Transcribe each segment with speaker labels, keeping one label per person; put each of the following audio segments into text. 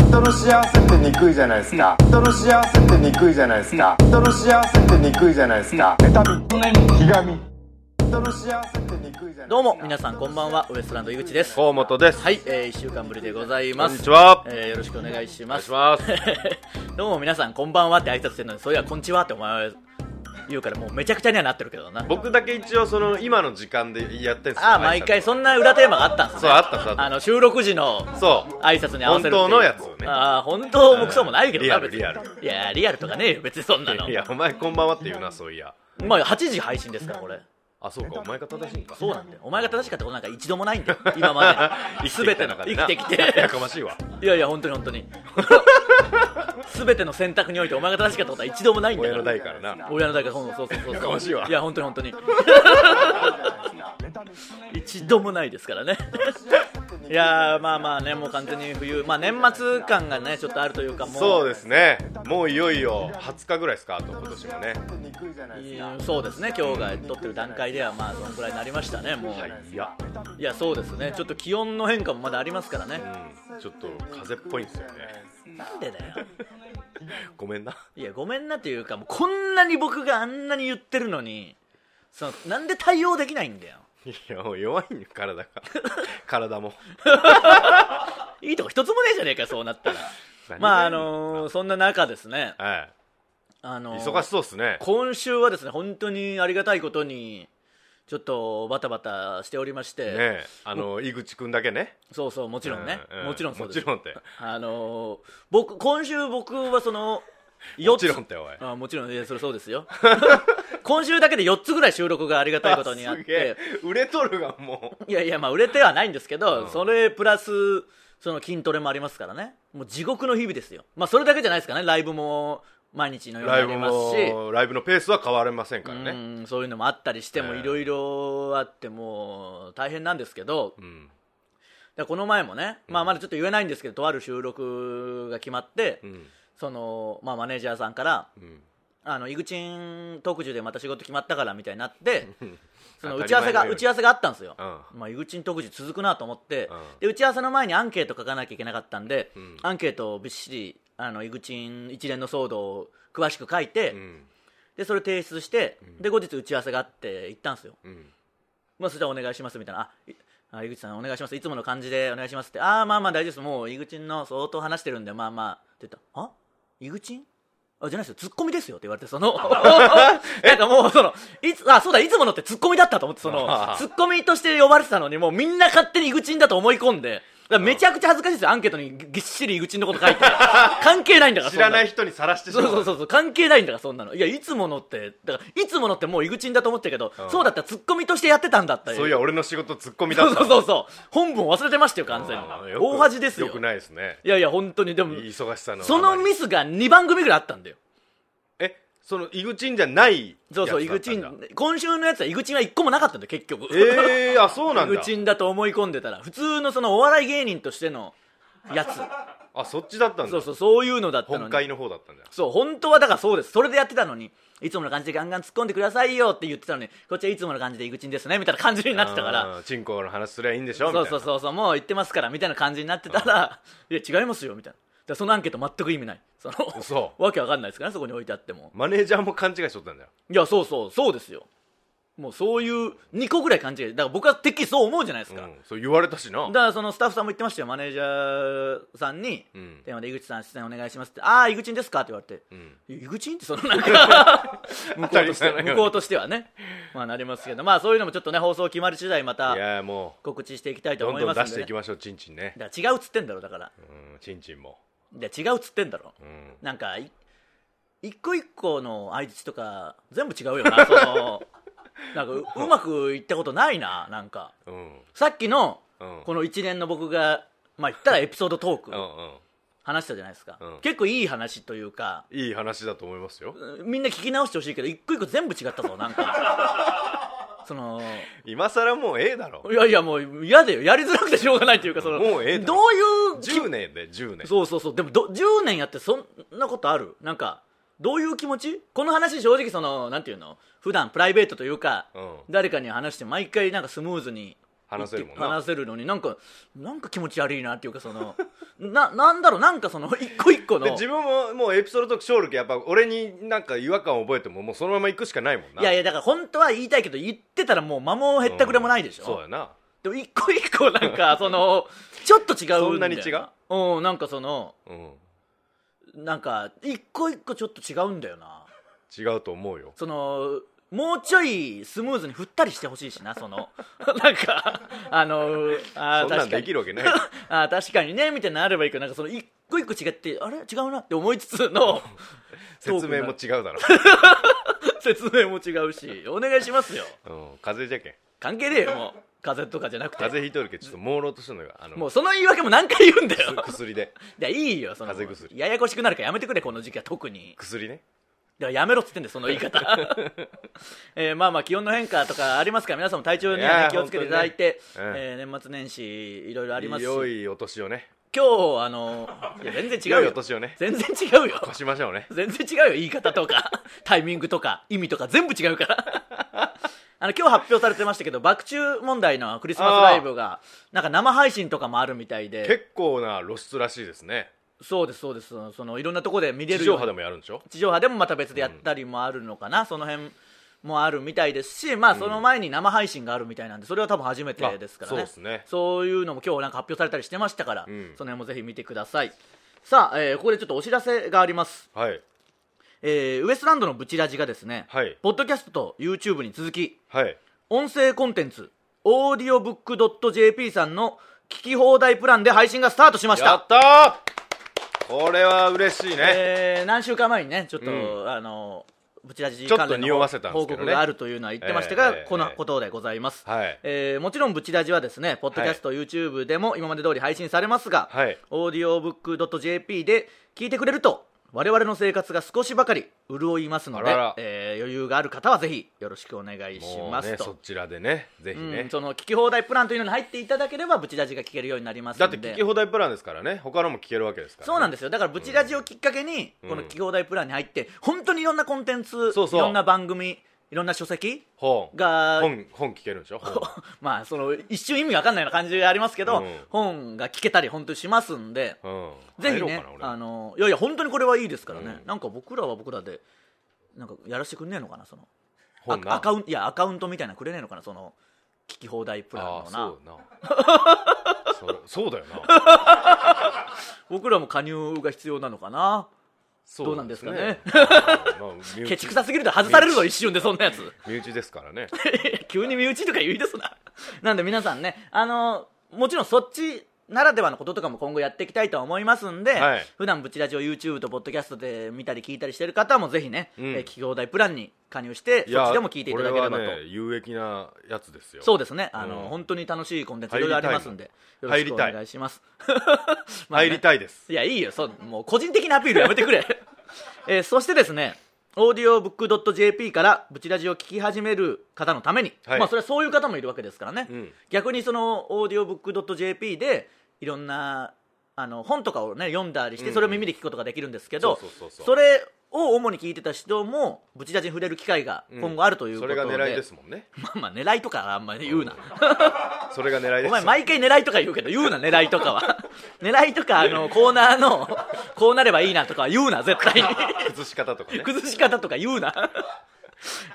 Speaker 1: 人の幸せってにくいじゃないですか人の幸せってにくいじゃないですか人の幸せってにくいじゃないですか妬みひがみ人の幸せってにくいじゃないですか
Speaker 2: どうも皆さんこんばんはウエストランド井口です
Speaker 3: 河本です。
Speaker 2: はい、えー、1週間ぶりでござい
Speaker 3: こ
Speaker 2: ま
Speaker 3: んに
Speaker 2: す
Speaker 3: ちは。
Speaker 2: えーよろしくお願いし
Speaker 3: お願
Speaker 2: ま
Speaker 3: いし
Speaker 2: す
Speaker 3: ます。
Speaker 2: どうも皆さんこんばんはって挨拶してるのにそういやこんにちはってお前は言うからもうめちゃくちゃにはなってるけどな
Speaker 3: 僕だけ一応その今の時間でやってんすよ
Speaker 2: ああ毎回。そんな裏テーマがあったんですね
Speaker 3: そうあったそうあった
Speaker 2: の収録時の
Speaker 3: そう。
Speaker 2: 挨拶に合わせるっていう
Speaker 3: 本当のやつをね
Speaker 2: ああ本当もクソもないけどな
Speaker 3: うんリアル
Speaker 2: 別にいやリアルとかねえよ別にそんなの
Speaker 3: いやお前こんばんはって言うなそういや。
Speaker 2: まあ8時配信ですからこれ
Speaker 3: あそうかお前が正しいか。
Speaker 2: そうなんだよお前が正しかったことなんか一度もないんだよ今までに 全ての生きてきて
Speaker 3: やかましいわ。
Speaker 2: いやいや本当に本当に全ての選択においてお前が正しかったことは一度もないんだ
Speaker 3: 親
Speaker 2: か
Speaker 3: の
Speaker 2: ら
Speaker 3: 代から な。
Speaker 2: 親の代からそうそうそうそう
Speaker 3: やかましいわ
Speaker 2: や本当に本当に一度もないですから ねいやーまあまあねもう完全に冬まあ年末感がねちょっとあるというかも
Speaker 3: そうですね。もういよいよ20日ぐらいですかあと今年もね。
Speaker 2: うんそうですね今日が撮ってる段階ではまあそのくらいになりましたねもう、い、
Speaker 3: いや。
Speaker 2: やそうですねちょっと気温の変化もまだありますからね
Speaker 3: うん。ちょっと風邪っぽいんですよね。
Speaker 2: なんでだよ
Speaker 3: ごめんな。
Speaker 2: いやごめんなというかもうこんなに僕があんなに言ってるのにそのなんで対応できないんだよ
Speaker 3: いやもう弱いんよ体が。 体も。
Speaker 2: いいとこ一つもねえじゃねえかそうなったらまああのーそんな中ですね、
Speaker 3: は
Speaker 2: あの
Speaker 3: い。
Speaker 2: ー
Speaker 3: 忙しそうですね。
Speaker 2: 今週はですね本当にありがたいことにちょっとバタバタしておりまして、
Speaker 3: ねえあの井口くんだけね。
Speaker 2: そうそうもちろんね、
Speaker 3: うう
Speaker 2: もちろんそうです
Speaker 3: もちろんって。
Speaker 2: あのー僕今週僕はそ の
Speaker 3: も
Speaker 2: 4つ
Speaker 3: ちろんっておい。
Speaker 2: あもちろんいやそれそうですよ 今週だけで4つぐらい収録がありがたいことにあっ
Speaker 3: すげえ
Speaker 2: て
Speaker 3: 売れとるがもう
Speaker 2: いやいやまあ売れてはないんですけど、
Speaker 3: うん
Speaker 2: それプラスその筋トレもありますからねもう地獄の日々ですよまあそれだけじゃないですかねライブも毎日のように
Speaker 3: ラ
Speaker 2: あり
Speaker 3: イブ
Speaker 2: ますし
Speaker 3: もライブのペースは変われませんからね
Speaker 2: うんそういうのもあったりしても
Speaker 3: ええ
Speaker 2: いろいろあってもう大変なんですけど
Speaker 3: うん
Speaker 2: でこの前もね、まあ、まだちょっと言えないんですけどとある収録が決まって、
Speaker 3: うん
Speaker 2: そのまあ、マネージャーさんから
Speaker 3: うん
Speaker 2: 「あのイグチン特需でまた仕事決まったから」みたいになってその打
Speaker 3: 当
Speaker 2: ち
Speaker 3: た
Speaker 2: 合わせ
Speaker 3: り前
Speaker 2: が
Speaker 3: のように
Speaker 2: 打ち合わせがあったんですよ、
Speaker 3: うん
Speaker 2: まあ、イグチン特需続くなと思って、
Speaker 3: うん
Speaker 2: で打ち合わせの前にアンケート書かなきゃいけなかったんで、
Speaker 3: ん
Speaker 2: アンケートをびっしりあのイグチン一連の騒動を詳しく書いて、
Speaker 3: うん
Speaker 2: でそれ提出して、で後日打ち合わせがあって行ったんですよ、
Speaker 3: うん
Speaker 2: まあ、それじゃあお願いしますみたいな、あいあ、井口さんお願いします、いつもの感じでお願いしますって、ああ、まあまあ大丈夫です、もう井口の相当話してるんで、まあまあって言ったら、あ井口あじゃないですよ、ツッコミですよって言われて、 その、 なんかもう、その、いつ、あ、そうだ、いつものってツッコミだったと思って、その
Speaker 3: あ、ー
Speaker 2: ツッコミとして呼ばれてたのに、もうみんな勝手に井口だと思い込んで、だからめちゃくちゃ恥ずかしいですよ、アンケートにぎぎっしり井口のこと書い て。関係ないんだから、。
Speaker 3: 知らないい人にさらしてし
Speaker 2: そう
Speaker 3: ま
Speaker 2: そううそうそう関係ないんだからそんなのいやいつものってだからいつものってもう井口だと思ってるけど、
Speaker 3: ん
Speaker 2: そうだったらツッコミとしてやってたんだった
Speaker 3: そういや俺の仕事ツッコミだ
Speaker 2: そ
Speaker 3: っ
Speaker 2: うそ
Speaker 3: た
Speaker 2: うそうそう本文忘れてましたよ完全
Speaker 3: うん
Speaker 2: に
Speaker 3: よく
Speaker 2: 大恥ですよ
Speaker 3: よくないですね
Speaker 2: いやいや本当にでも
Speaker 3: 忙しさの
Speaker 2: そのミスが2番組ぐらいあったんだよ
Speaker 3: えその井口んじゃない
Speaker 2: そうそう井
Speaker 3: やつだ
Speaker 2: 口
Speaker 3: ったん
Speaker 2: ん
Speaker 3: だ
Speaker 2: 今週のやつは井口は1個もなかったんだよ結局、
Speaker 3: えーあそうなん
Speaker 2: 井
Speaker 3: だ
Speaker 2: 口んだと思い込んでたら普通のそのお笑い芸人としてのやつ
Speaker 3: あそっちだったん
Speaker 2: そ
Speaker 3: だ
Speaker 2: うそうそういうのだったの
Speaker 3: 本
Speaker 2: に
Speaker 3: 会の方だったんだ
Speaker 2: そう本当はだからそうですそれでやってたのにいつもの感じでガンガン突っ込んでくださいよって言ってたのにこっちはいつもの感じで井口んですねみたいな感じになってたから
Speaker 3: うんチンコの話すりゃいいんでしょみたい
Speaker 2: そう
Speaker 3: な
Speaker 2: そうそうそうもう言ってますからみたいな感じになってたら「いや違いますよ」みたいなだからそのアンケート全く意味ないその
Speaker 3: 嘘
Speaker 2: わけわかんないですからねそこに置いてあっても
Speaker 3: マネージャーも勘違いしとったんだよ
Speaker 2: いやそうそうそうですよもうそういう2個ぐらい勘違いだから僕はてっきりそう思うじゃないですか、
Speaker 3: うんそう言われたしな
Speaker 2: だからそのスタッフさんも言ってましたよマネージャーさんに
Speaker 3: うん
Speaker 2: 電話で「井口さん出演お願いします」って「ああ井口んですか?」って言われて「
Speaker 3: うん
Speaker 2: いや井口ん?」ってそのなん か向こうとして
Speaker 3: 当たり前のように
Speaker 2: 向こうとしてはねまあなりますけどまあそういうのもちょっとね放送決まり次第ま
Speaker 3: い
Speaker 2: た
Speaker 3: やも
Speaker 2: 告知していきたいうと
Speaker 3: ど
Speaker 2: 思
Speaker 3: ん
Speaker 2: い
Speaker 3: ど
Speaker 2: ま
Speaker 3: ん
Speaker 2: すんで、
Speaker 3: 出していきましょうちんちんね
Speaker 2: だから違うっつってんだろだから
Speaker 3: うんちんちんも
Speaker 2: で違うっつってんだろ
Speaker 3: うん
Speaker 2: なんかい一個一個の相槌とか全部違うよなそ のなんかううまくいったことないななんか
Speaker 3: うん
Speaker 2: さっきの
Speaker 3: うん
Speaker 2: この一連の僕がまあ言ったらエピソードトーク
Speaker 3: うんうん
Speaker 2: 話したじゃないですか、
Speaker 3: うん
Speaker 2: 結構いい話というか
Speaker 3: いい話だと思いますよ
Speaker 2: うんみんな聞き直してほしいけど一個一個全部違ったぞなんか その
Speaker 3: 今さらもうええだろ
Speaker 2: いやいやもう嫌だよやりづらくてしょうがないというかその
Speaker 3: もうええだ
Speaker 2: ど
Speaker 3: ろ
Speaker 2: ういう気
Speaker 3: 10年で10年
Speaker 2: そうそうそうでもど10年やってそんなことあるなんかどういう気持ちこの話正直そのなんていうの普段プライベートというか、
Speaker 3: うん
Speaker 2: 誰かに話して毎回なんかスムーズに
Speaker 3: 話せるもん
Speaker 2: 話
Speaker 3: な
Speaker 2: せるのになんかなんか気持ち悪いなっていうかその ななんだろうなんかその一個一個の
Speaker 3: で自分ももうエピソードトークショールやっぱ俺になんか違和感を覚えてももうそのまま行くしかないもんない
Speaker 2: やいやだから本当は言いたいけど言ってたらもう間もへったくれもないでしょ、
Speaker 3: そうやな
Speaker 2: でも一個一個なん かそのちょっと違うんだよ
Speaker 3: そんなに違う
Speaker 2: うんなんかその
Speaker 3: うん
Speaker 2: なんか一個一個ちょっと違うんだよな
Speaker 3: 違うと思うよ
Speaker 2: そのもうちょいスムーズに振ったりしてほしいしなその なんかあのあー
Speaker 3: そんな
Speaker 2: 確
Speaker 3: ん
Speaker 2: か
Speaker 3: でき
Speaker 2: に
Speaker 3: るわけない
Speaker 2: あー確かにねみたいになればいいけどなんかその一個一個違ってあれ違うなって思いつつ の
Speaker 3: 説明も違うだろ、
Speaker 2: 説明も違うしお願いしますよ
Speaker 3: うん、風邪じゃけん
Speaker 2: 関係ねえよもう風邪とかじゃなくて
Speaker 3: 風邪ひいとるけんちょっと朦朧としてるのよあの
Speaker 2: もうその言い訳も何回言うんだよ
Speaker 3: く薬で
Speaker 2: いやいいよその
Speaker 3: 風邪薬
Speaker 2: ややこしくなるからやめてくれこの時期は特に
Speaker 3: 薬ね
Speaker 2: だからやめろっつってんだよその言い 方、えーまあまあ気温の変化とかありますから皆さんも体調にはね、
Speaker 3: いやー
Speaker 2: 気をつけていただいて、
Speaker 3: 本当にね
Speaker 2: えー年末年始いろいろありますし
Speaker 3: 良いお年をね
Speaker 2: 今日あのいや全然違
Speaker 3: 良
Speaker 2: う
Speaker 3: い
Speaker 2: よ
Speaker 3: お年をね
Speaker 2: 全然違うよ
Speaker 3: 越しましょうね
Speaker 2: 全然違うよ言い方とか タイミングとか意味とか全部違うからあの今日発表されてましたけど爆中問題のクリスマスライブがなんか生配信とかもあるみたいで
Speaker 3: 結構な露出らしいですね
Speaker 2: そうですそうですそのいろんなとこで見れ
Speaker 3: 地
Speaker 2: るよ
Speaker 3: 上
Speaker 2: うに
Speaker 3: 波でもやるんでしょ
Speaker 2: 地上波でもまた別でやったりもあるのかな、その辺もあるみたいですし、まあ、その前に生配信があるみたいなんでそれは多分初めてですからね
Speaker 3: あそうですね
Speaker 2: そういうのも今日なんか発表されたりしてましたから、
Speaker 3: ん
Speaker 2: その辺もぜひ見てくださいさあ、えーここでちょっとお知らせがあります、
Speaker 3: はい
Speaker 2: えーウエストランドのブチラジがですね、
Speaker 3: はい
Speaker 2: ポッドキャストと YouTube に続き
Speaker 3: はい
Speaker 2: 音声コンテンツオーディオブックドット JP さんの聞き放題プランで配信がスタートしました
Speaker 3: やったーこれは嬉しいね、
Speaker 2: えー何週間前にねちょっと、
Speaker 3: うん
Speaker 2: あのブチラジ
Speaker 3: ちょっと
Speaker 2: 関連の
Speaker 3: 匂わせたんです
Speaker 2: 報
Speaker 3: けどね
Speaker 2: 告があるというのは言ってましたが、
Speaker 3: えー
Speaker 2: このことでございます、
Speaker 3: はい
Speaker 2: えーもちろんブチラジはですねポッドキャスト、YouTube でも今まで通り配信されますが、
Speaker 3: はい
Speaker 2: オーディオブックドット JP で聞いてくれると我々の生活が少しばかり潤いますので
Speaker 3: あらら
Speaker 2: えー余裕がある方はぜひよろしくお願いし
Speaker 3: も
Speaker 2: ま
Speaker 3: うね
Speaker 2: すと
Speaker 3: そちらでねぜひ
Speaker 2: う
Speaker 3: ね
Speaker 2: ん、その聞き放題プランというのに入っていただければブチラジが聞けるようになりますんで
Speaker 3: だって聞き放題プランですからね他のも聞けるわけですからね、
Speaker 2: そうなんですすよだからブチラジをきっかけに、
Speaker 3: うん
Speaker 2: この企業大プランに入って本当にいろんなコンテンツ
Speaker 3: そうそう
Speaker 2: いろんな番組いろんな書籍
Speaker 3: 本
Speaker 2: が
Speaker 3: 本本聞けるんでしょ本
Speaker 2: まあその一瞬意味わかんないような感じがありますけど、
Speaker 3: うん
Speaker 2: 本が聞けたり本当にしますんで、
Speaker 3: うん
Speaker 2: ぜひ
Speaker 3: 入ろう
Speaker 2: ね
Speaker 3: かな俺
Speaker 2: あのいやいや本当にこれはいいですからね、
Speaker 3: うん
Speaker 2: なんか僕らは僕らでなんかやらせてくんねえのかなその
Speaker 3: 本な
Speaker 2: アカウントいやアカウントみたいなのくれねえのかなその聞き放題プラン
Speaker 3: あ
Speaker 2: の
Speaker 3: あ
Speaker 2: な
Speaker 3: そ うだなそそうだよな
Speaker 2: 僕らも加入が必要なのかなどうなんですかね
Speaker 3: そうですねまあ身内
Speaker 2: ケチくさすぎると外されるぞ一瞬でそんなやつ
Speaker 3: 身内ですからね
Speaker 2: 急に身内とか言い出すななんで皆さんねあのもちろんそっちならではのこととかも今後やっていきたいとは思いますんで、
Speaker 3: はい
Speaker 2: 普段ブチラジオ YouTube とポッドキャストで見たり聞いたりしてる方もぜひね、
Speaker 3: うん
Speaker 2: えー企業大プランに加入してそっちでも聞いていただければ、
Speaker 3: ことれはね有益なやつですよ
Speaker 2: そうですねあの、
Speaker 3: うん
Speaker 2: 本当に楽しいコンテンツいろいろありますんでよろ
Speaker 3: 入
Speaker 2: しく
Speaker 3: り
Speaker 2: お
Speaker 3: たい
Speaker 2: 願いします まあね
Speaker 3: 入りたいです
Speaker 2: いや、いいよ、そう、もう個人的なアピールやめてくれ。 えーそしてですね、オーディオブックドット JP からブチラジを聞き始める方のために、
Speaker 3: はい
Speaker 2: まあそれはそういう方もいるわけですからね、
Speaker 3: うん
Speaker 2: 逆にそのオーディオブックドット JP でいろんなあの本とかをね読んだりして、
Speaker 3: うん
Speaker 2: それを耳で聞くことができるんですけど、
Speaker 3: そうそうそうそう
Speaker 2: れを主に聞いてた人もブチラジに触れる機会が今後あるということで、
Speaker 3: んそれが狙いですもんね
Speaker 2: ま あまあ狙いとかあんまり言うな、
Speaker 3: それが狙いです
Speaker 2: お前毎回狙いとか言うけど言うな狙いとかは狙いとかあのコーナーのこうなればいいなとかは言うな絶対に
Speaker 3: 崩し方とかね
Speaker 2: 崩し方とか言うな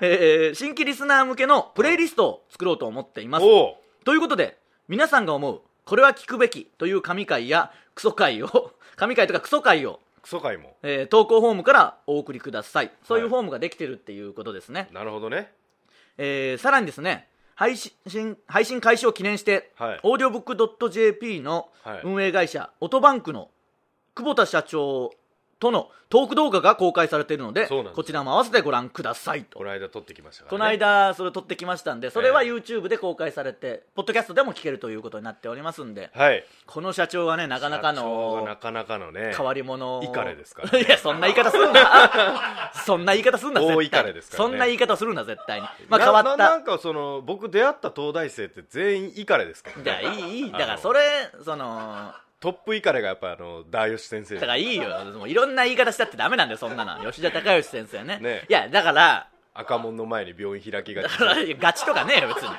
Speaker 2: えー新規リスナー向けのプレイリストを作ろうと思っています
Speaker 3: おお
Speaker 2: ということで皆さんが思うこれは聞くべきという神回やクソ回を 神回とかクソ回を、
Speaker 3: クソ回も
Speaker 2: えー投稿フォームからお送りくださいそういうフォームができてるっていうことですね、
Speaker 3: なるほどね
Speaker 2: えーさらにですね配信配信開始を記念して、
Speaker 3: はい
Speaker 2: オーディオブックドット JP の
Speaker 3: はい
Speaker 2: 運営会社、オトバンクの久保田社長とのトーク動画が公開されているので
Speaker 3: そうなんです
Speaker 2: こちらも合わせてご覧くださいと、
Speaker 3: この間撮ってきましたか
Speaker 2: こ
Speaker 3: ら
Speaker 2: の
Speaker 3: ね
Speaker 2: 間それ撮ってきましたんでそれは
Speaker 3: え
Speaker 2: YouTube で公開されて、ポッドキャストでも聞けるということになっております んで
Speaker 3: はい
Speaker 2: この社長はねなかなか
Speaker 3: 社長が
Speaker 2: の
Speaker 3: なかなかのね
Speaker 2: 変わり者
Speaker 3: イカレですからね
Speaker 2: いやそんな言い方するな そんな言い方するな絶対
Speaker 3: 大イカレですからね
Speaker 2: そんな言い方するな絶対にま
Speaker 3: ま
Speaker 2: あ変わった
Speaker 3: なんかその僕出会った東大生って全員イカレですから
Speaker 2: じゃあ
Speaker 3: ね
Speaker 2: いいいい
Speaker 3: あの
Speaker 2: だからそれその
Speaker 3: トップイカレがやっぱあの大吉先生
Speaker 2: だからいいよもういろんな言い方したってダメなんだよそんなの吉田隆義先生ね
Speaker 3: ね
Speaker 2: いやだから
Speaker 3: 赤門の前に病院開きがち
Speaker 2: だ からガチとかねえよ別に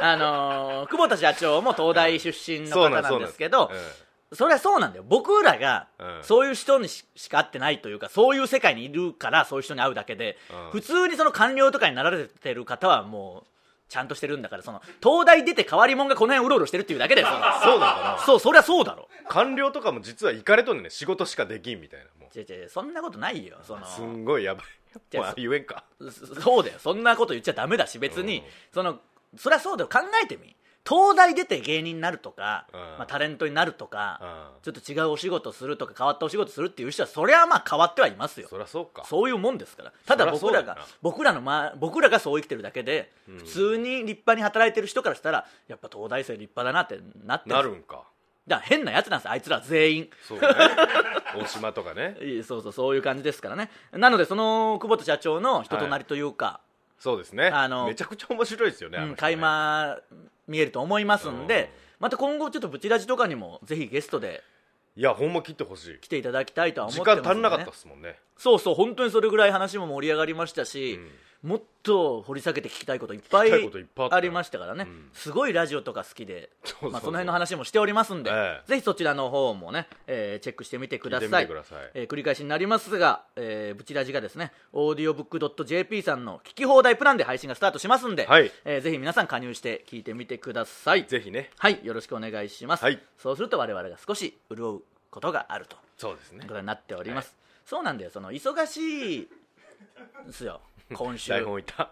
Speaker 2: あのー久保田社長も東大出身の
Speaker 3: そ
Speaker 2: 方
Speaker 3: うなん
Speaker 2: なんですけど、
Speaker 3: そうなんです
Speaker 2: それはそうなんだよ僕らが
Speaker 3: うん
Speaker 2: そういう人にししか会ってないというかそういう世界にいるからそういう人に会うだけで、
Speaker 3: うん
Speaker 2: 普通にその官僚とかになられてる方はもうちゃんとしてるんだからその東大出て変わり者がこの辺うろうろしてるっていうだけだよそんな
Speaker 3: そうなのか
Speaker 2: そうそりゃそうだろ
Speaker 3: な官僚とかも実は行かれとんねんね仕事しかできんみたいなも
Speaker 2: 違う違うそんなことないよそうの
Speaker 3: すんごいやばい
Speaker 2: じゃあ
Speaker 3: まあ言えんか
Speaker 2: そそうだよそんなこと言っちゃダメだし別に、
Speaker 3: うん
Speaker 2: そのそりゃそうだよ考えてみ東大出て芸人になるとか、
Speaker 3: うん
Speaker 2: まあ、タレントになると
Speaker 3: う
Speaker 2: か、
Speaker 3: ん
Speaker 2: ちょっと違うお仕事するとか変わったお仕事するっていう人はそりゃまあ変わってはいますよ
Speaker 3: そりゃそうか
Speaker 2: そういうもんですからただ
Speaker 3: そり
Speaker 2: 僕ら
Speaker 3: ゃそうだよな
Speaker 2: が僕らの、ま、僕らがそう生きてるだけで、普通に立派に働いてる人からしたらやっぱ東大生立派だなってなって
Speaker 3: な
Speaker 2: ます
Speaker 3: るんか
Speaker 2: だから変なやつなんですよあいつら全員
Speaker 3: そうね大島とかね
Speaker 2: いいそうそうそういう感じですからねなのでその久保田社長の人となりというか、
Speaker 3: そうですね
Speaker 2: あの
Speaker 3: めちゃくちゃ面白いですよねあの
Speaker 2: うん、
Speaker 3: 人ね
Speaker 2: 垣間見えると思いますんで、また今後ちょっとブチラジとかにもぜひゲストで
Speaker 3: いやほんま切ってほしい
Speaker 2: 来ていただきたいとは思
Speaker 3: 時
Speaker 2: ってますんで、ね、
Speaker 3: 間足んなかったっすもんね
Speaker 2: そうそう本当にそれぐらい話も盛り上がりましたし、もっと掘り下げて聞きたいこといっぱい
Speaker 3: 聞きたいこといっぱいあった
Speaker 2: ありましたからね、すごいラジオとか好きで
Speaker 3: そうそうそう
Speaker 2: まあ、その辺の話もしておりますんで、
Speaker 3: ええ
Speaker 2: ぜひそちらの方もね、えーチェックしてみてください
Speaker 3: 聞いてみてください
Speaker 2: えー繰り返しになりますが、えーブチラジがですねオーディオブックドット JP さんの聞き放題プランで配信がスタートしますんで、
Speaker 3: はい
Speaker 2: えーぜひ皆さん加入して聞いてみてください
Speaker 3: ぜひね
Speaker 2: はいよろしくお願いします、
Speaker 3: はい
Speaker 2: そうすると我々が少し潤うことがあると
Speaker 3: そうですね
Speaker 2: ことになっております、そうなんだよその忙しいです よ今週、
Speaker 3: 台
Speaker 2: うん
Speaker 3: 本いた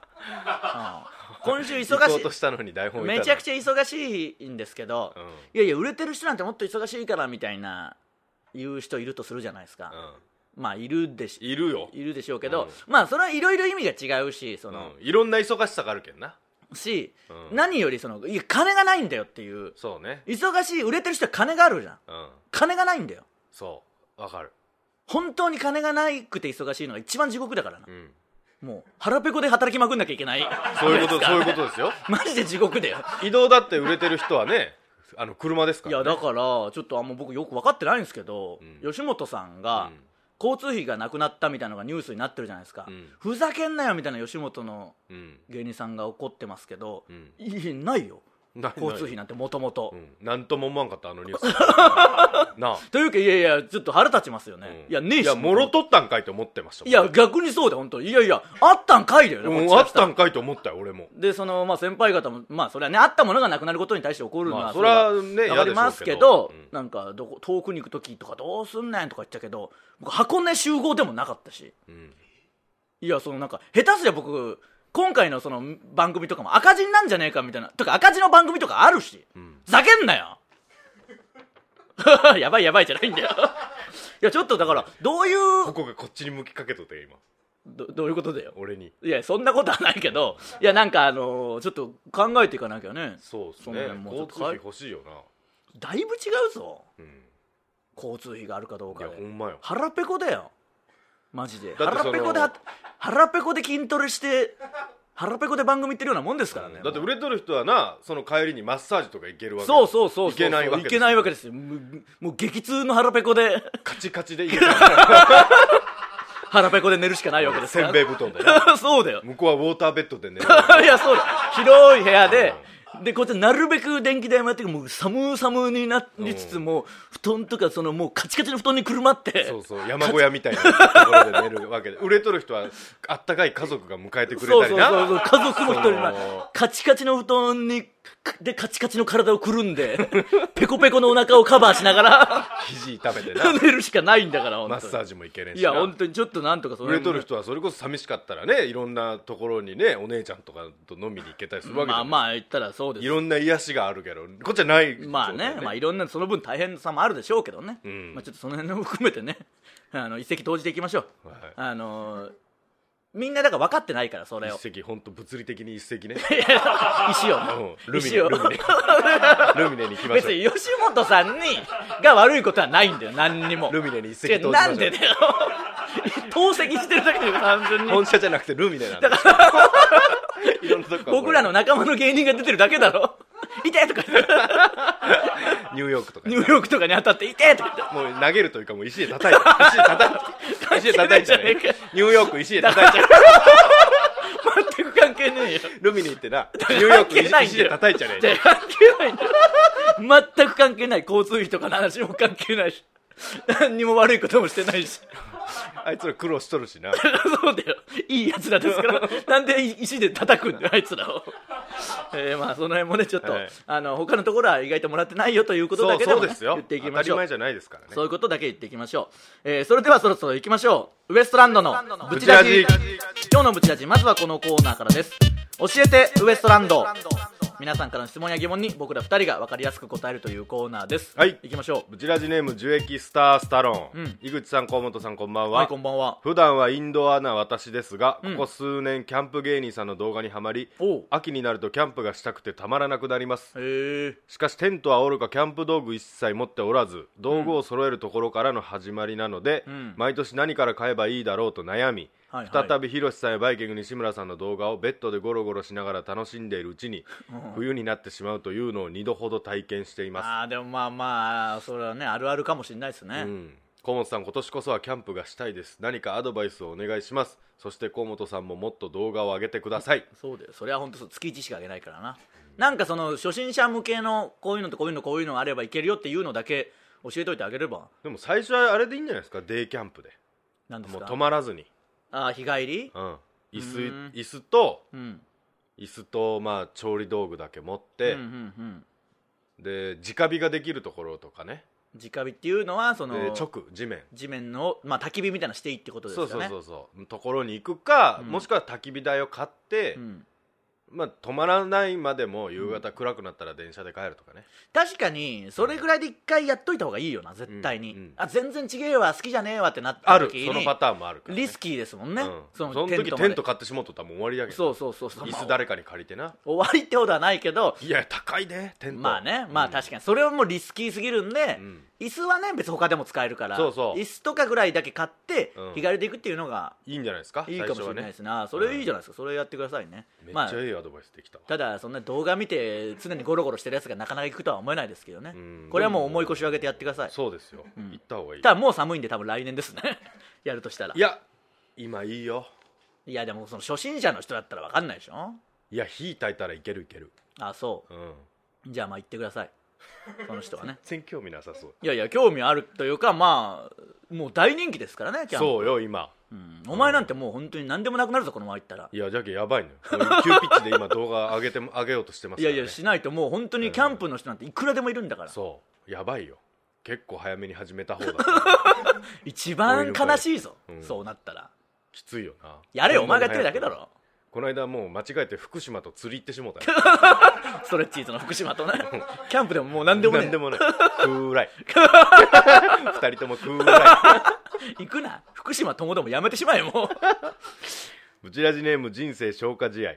Speaker 2: 今週
Speaker 3: 行こ
Speaker 2: 忙
Speaker 3: うと
Speaker 2: し
Speaker 3: したのに台本
Speaker 2: い
Speaker 3: いた
Speaker 2: めちゃく
Speaker 3: ち
Speaker 2: ちゃ忙しいんですけど、
Speaker 3: うん
Speaker 2: いやいや売れてる人なんてもっと忙しいからみたいな言う人いるとするじゃないですか、まあいるでし
Speaker 3: いるよ
Speaker 2: いるでしょうけど、まあそれはいろいろ意味が違うしその、
Speaker 3: うんいろんな忙しさがあるけんな
Speaker 2: し、
Speaker 3: うん
Speaker 2: 何よりそのいや金がないんだよっていう
Speaker 3: そうね
Speaker 2: 忙しい売れてる人は金があるじゃん
Speaker 3: うん
Speaker 2: 金がないんだよ
Speaker 3: そうわかる
Speaker 2: 本当に金がないくて忙しいのが一番地獄だからな
Speaker 3: う、ん
Speaker 2: もう腹ペコで働きまくんなきゃいけ ない
Speaker 3: そういうことそういうことですよ
Speaker 2: マジで地獄だよ
Speaker 3: 移動だって売れてる人はねあの車ですか
Speaker 2: い
Speaker 3: ら
Speaker 2: や
Speaker 3: ね
Speaker 2: だからちょっとあんま僕よく分かってないんですけど、
Speaker 3: うん
Speaker 2: 吉本さんが、
Speaker 3: うん
Speaker 2: 交通費がなくなったみたいなのがニュースになってるじゃないですか、
Speaker 3: うん
Speaker 2: ふざけんなよみたいな吉本の
Speaker 3: うん
Speaker 2: 芸人さんが怒ってますけど、
Speaker 3: うん
Speaker 2: いやないよ
Speaker 3: ない
Speaker 2: 交通費なんてもともと
Speaker 3: うんなんとも思わんかったあの ニュースなあ
Speaker 2: というかいやいやちょっと腹立ちますよね、
Speaker 3: うん
Speaker 2: いやねえし
Speaker 3: いやもろとったんかいと思ってました
Speaker 2: いや逆にそうだよ本当いやいやあったんかいだよね、こ
Speaker 3: うん
Speaker 2: ち
Speaker 3: あ
Speaker 2: から
Speaker 3: っ
Speaker 2: したら
Speaker 3: たんかいと思ったよ俺も
Speaker 2: でそのまあ先輩方もまあそれはねあったものがなくなることに対して怒るのは、
Speaker 3: まあそれはね
Speaker 2: わかりますけ
Speaker 3: 嫌
Speaker 2: ど
Speaker 3: でしょうけどう
Speaker 2: なんかどこ遠くに行く時とかどうすんねんとか言ってたけど僕箱根集合でもなかったし
Speaker 3: うん
Speaker 2: いやそのなんか下手すりゃ僕今回のその番組とかも赤字になんじゃねえかみたいなとか赤字の番組とかあるし、ふざけんなよ やばいやばいじゃないんだよいやちょっとだからどういう
Speaker 3: ここがこっちに向きかけとって今
Speaker 2: どどういうことだよ
Speaker 3: 俺に
Speaker 2: いやそんなことはないけどいやなんかあのーちょっと考えていかなきゃね
Speaker 3: そうです
Speaker 2: その
Speaker 3: ね
Speaker 2: 辺も
Speaker 3: 交通費欲しいよな
Speaker 2: だいぶ違うぞ
Speaker 3: うん
Speaker 2: 交通費があるかどう
Speaker 3: い
Speaker 2: か
Speaker 3: や
Speaker 2: で
Speaker 3: ほんまよ
Speaker 2: 腹ペコだよマジで
Speaker 3: だってそ
Speaker 2: 腹
Speaker 3: の
Speaker 2: ペコでは腹ペコで筋トレして腹ペコで番組行ってるようなもんですからね
Speaker 3: だって売れとる人はなその帰りにマッサージとか行けるわけ
Speaker 2: そうそうそうそう
Speaker 3: いけないわけ
Speaker 2: いけないわけですよもうもう激痛の腹ペコで
Speaker 3: カチカチで行ける
Speaker 2: 腹ペコで寝るしかないわけですか
Speaker 3: せ
Speaker 2: ら
Speaker 3: んべい布 団で
Speaker 2: そうだよ
Speaker 3: 向こうはウォーターベッドで寝る
Speaker 2: いやそうだ広い部屋ででこっちはなるべく電気代もやってもう寒寒になりつつも布団とかそのもうカチカチの布団にくるまって
Speaker 3: そうそう山小屋みたいなところで寝るわけで売れとる人はあったかい家族が迎えてくれ
Speaker 2: そう
Speaker 3: た
Speaker 2: そ
Speaker 3: り
Speaker 2: う
Speaker 3: な
Speaker 2: そうそう家族も一人な
Speaker 3: その
Speaker 2: カチカチの布団にかでカチカチの体をくるんでペコペコのお腹をカバーしながら
Speaker 3: 肘痛めてな
Speaker 2: 寝るしかないんだから本当
Speaker 3: マ
Speaker 2: に
Speaker 3: ッサージも行けねえ
Speaker 2: い
Speaker 3: しな
Speaker 2: や本当にちょっとなんとかその
Speaker 3: 売れと
Speaker 2: 辺
Speaker 3: る
Speaker 2: も
Speaker 3: 人はそれこそ寂しかったらねいろんなところにねお姉ちゃんとかと飲みに行けたりするわけじ
Speaker 2: ま
Speaker 3: ゃ
Speaker 2: あ
Speaker 3: ん
Speaker 2: まあ言ったらそうで
Speaker 3: い
Speaker 2: す
Speaker 3: ろんな癒しがあるけどこっちはない
Speaker 2: まあね
Speaker 3: そうだよ
Speaker 2: まあいろんなその分大変さもあるでしょうけどね、
Speaker 3: ん
Speaker 2: まあちょっとその辺も含めてね あの一石投じていきましょう、
Speaker 3: はい
Speaker 2: あのーみんなだから分かってないからそれを
Speaker 3: 一石本当物理的に一石ね
Speaker 2: 石をね、
Speaker 3: うんルミネ
Speaker 2: 石を
Speaker 3: ルミネ ルミネに行きまし
Speaker 2: 別
Speaker 3: ょう
Speaker 2: に吉本さんにが悪いことはないんだよ何にも
Speaker 3: ルミネに一石
Speaker 2: 違
Speaker 3: 投
Speaker 2: う
Speaker 3: じましょう
Speaker 2: なんでだよ 投石してるだけで単純に
Speaker 3: 本社じゃなくてルミネなんだ いろんなとこ
Speaker 2: 僕らの仲間の芸人が出てるだけだろ痛いとか言 って
Speaker 3: ニューヨークとか
Speaker 2: ニューヨークとかに当たって痛いとか言って
Speaker 3: もう投げるというかもう石で叩 いて石で叩いて石で叩いちゃう
Speaker 2: 関
Speaker 3: ね
Speaker 2: 係ないじゃねえ
Speaker 3: ニューヨーク石で叩いちゃう
Speaker 2: 全く関係ねえいよ
Speaker 3: ルミネ行ってな、ニューヨーク
Speaker 2: 関係ないんだよ
Speaker 3: 石で叩いちゃね
Speaker 2: じゃ
Speaker 3: え
Speaker 2: あ関係ない全く関係ない交通費とかの話も関係ないし何にも悪いこともしてないし
Speaker 3: あいつら苦労しとるしな。
Speaker 2: そうだよいいやつらです からなんで石で叩くんだよあいつらをえーまあその辺もねちょっと、
Speaker 3: はい
Speaker 2: あの他のところは意外ともらってないよということだけで
Speaker 3: そう
Speaker 2: もね、
Speaker 3: そうですよ
Speaker 2: 言っていき
Speaker 3: 当た
Speaker 2: まし
Speaker 3: り
Speaker 2: ょう
Speaker 3: 前じゃないですからね
Speaker 2: そういうことだけ言っていきましょう、えーそれではそろそろ行きましょうウエストランドのブチラジ
Speaker 3: ブチラジ
Speaker 2: 今日のブチラジまずはこのコーナーからです教えてウエストランド皆さんからの質問や疑問に僕ら2人が分かりやすく答えるというコーナーです
Speaker 3: はい
Speaker 2: 行きましょ
Speaker 3: ブチラジネーム樹液スタースタローン、
Speaker 2: うん
Speaker 3: 井口さん河本さんこんばん
Speaker 2: う
Speaker 3: は、
Speaker 2: はいこんばんは
Speaker 3: 普段はインドアな私ですが、
Speaker 2: うん
Speaker 3: ここ数年キャンプ芸人さんの動画にはまり
Speaker 2: おう
Speaker 3: 秋になるとキャンプがしたくてたまらなくなります
Speaker 2: へえ
Speaker 3: しかしテントはおろかキャンプ道具一切持っておらず道具を揃えるところからの始まりなので、
Speaker 2: うん
Speaker 3: 毎年何から買えばいいだろうと悩み、
Speaker 2: はいはい
Speaker 3: 再びヒロシさんやバイキング西村さんの動画をベッドでゴロゴロしながら楽しんでいるうちに、冬になってしまうというのを2度ほど体験しています
Speaker 2: あーでもまあまあそれはねあるあるかもしれないですね、
Speaker 3: うん、河本さん今年こそはキャンプがしたいです何かアドバイスをお願いしますそして河本さんももっと動画を上げてください
Speaker 2: そうだよそれは本当そう月1しかあげないからななんかその初心者向けのこういうのとこういうのこういうのあればいけるよっていうのだけ教えといてあげれば
Speaker 3: でも最初はあれでいいんじゃないですかデイキャンプで
Speaker 2: なんです
Speaker 3: もう
Speaker 2: か
Speaker 3: 泊まらずに、
Speaker 2: あー日帰り
Speaker 3: うん、椅子
Speaker 2: うん
Speaker 3: 椅子と
Speaker 2: うん
Speaker 3: 椅子とまあ調理道具だけ持って、
Speaker 2: うんうん
Speaker 3: で直火ができるところとかね
Speaker 2: うん、直火っていうのはそ
Speaker 3: で
Speaker 2: の
Speaker 3: 直地面
Speaker 2: 地面の、まあ、焚き火みたいなのしていいってことです
Speaker 3: そ
Speaker 2: よ
Speaker 3: う
Speaker 2: ね
Speaker 3: そうそうそうところに行くか、
Speaker 2: うん
Speaker 3: もしくは焚き火台を買って、
Speaker 2: うん
Speaker 3: まあ泊まらないまでも夕方暗くなったら電車で帰るとかね、
Speaker 2: 確かにそれぐらいで一回やっといた方がいいよな絶対に、
Speaker 3: うんうん
Speaker 2: あ全然ちげえわ好きじゃねえわってなった
Speaker 3: ある
Speaker 2: 時に
Speaker 3: そのパターンもあるから、ね、
Speaker 2: リスキーですもんね、
Speaker 3: うん
Speaker 2: そ
Speaker 3: そ
Speaker 2: の
Speaker 3: の
Speaker 2: テン
Speaker 3: 時
Speaker 2: ト
Speaker 3: テ
Speaker 2: まで
Speaker 3: ント買ってしもうとったらもう終わりやけど
Speaker 2: そうそうそうそう
Speaker 3: 椅子誰かに借りてな
Speaker 2: 終わりってことはないけど
Speaker 3: いや高いでテント
Speaker 2: まあねまあ
Speaker 3: か
Speaker 2: 確かにそれはもうリスキーすぎるんで、
Speaker 3: うん
Speaker 2: 椅子はね別に他でも使えるから
Speaker 3: そうそう
Speaker 2: 椅子とかぐらいだけ買って
Speaker 3: うん
Speaker 2: 日帰りで行くっていうのが
Speaker 3: いいんじゃないですか
Speaker 2: いいかもしれないですねあーそれいいじゃないですか、それやってくださいね
Speaker 3: 最初
Speaker 2: ま
Speaker 3: は
Speaker 2: あ
Speaker 3: ねめっちゃいいアドバイスできたわ
Speaker 2: ただそんな動画見て常にゴロゴロしてるやつがなかなか行くとは思えないですけどね、
Speaker 3: うん
Speaker 2: これはもう思い越しを上げてやってください
Speaker 3: そうですよ行った方がいい
Speaker 2: ただもう寒いんで多分来年ですね やるとしたらい
Speaker 3: い
Speaker 2: や
Speaker 3: や今いいよ
Speaker 2: でもその初心者の人だったら分かんないでしょ
Speaker 3: いや火焚いたらいけるいける
Speaker 2: あそ
Speaker 3: うん
Speaker 2: うじゃあまあ行ってくださいその人はね
Speaker 3: 全然興味なさそう
Speaker 2: いやいや興味あるというかまあもう大人気ですからねキャンプ
Speaker 3: そうよ今
Speaker 2: うんお前なんてもう本当に何でもなくなるぞこのまま行ったら
Speaker 3: いやじゃけやばいね急ピッチで今動画上げても上げようとしてます
Speaker 2: い
Speaker 3: か
Speaker 2: や
Speaker 3: ら
Speaker 2: い
Speaker 3: ね
Speaker 2: やしないともう本当にキャンプの人なんていくらでもいるんだから、
Speaker 3: そうやばいよ結構早めに始めた方 が
Speaker 2: 一番悲しいぞ、
Speaker 3: うん
Speaker 2: そうなったら
Speaker 3: きついよな
Speaker 2: やれよお前がやってるだけだろ
Speaker 3: この間もう間違えて福島と釣り行って しもうたよ
Speaker 2: ストレッチーズの福島とねキャンプでももう何でもね
Speaker 3: なんでもない暗い 二人とも暗い
Speaker 2: 行くな福島ともどもやめてしまえもう
Speaker 3: ブチラジネーム人生消化試合、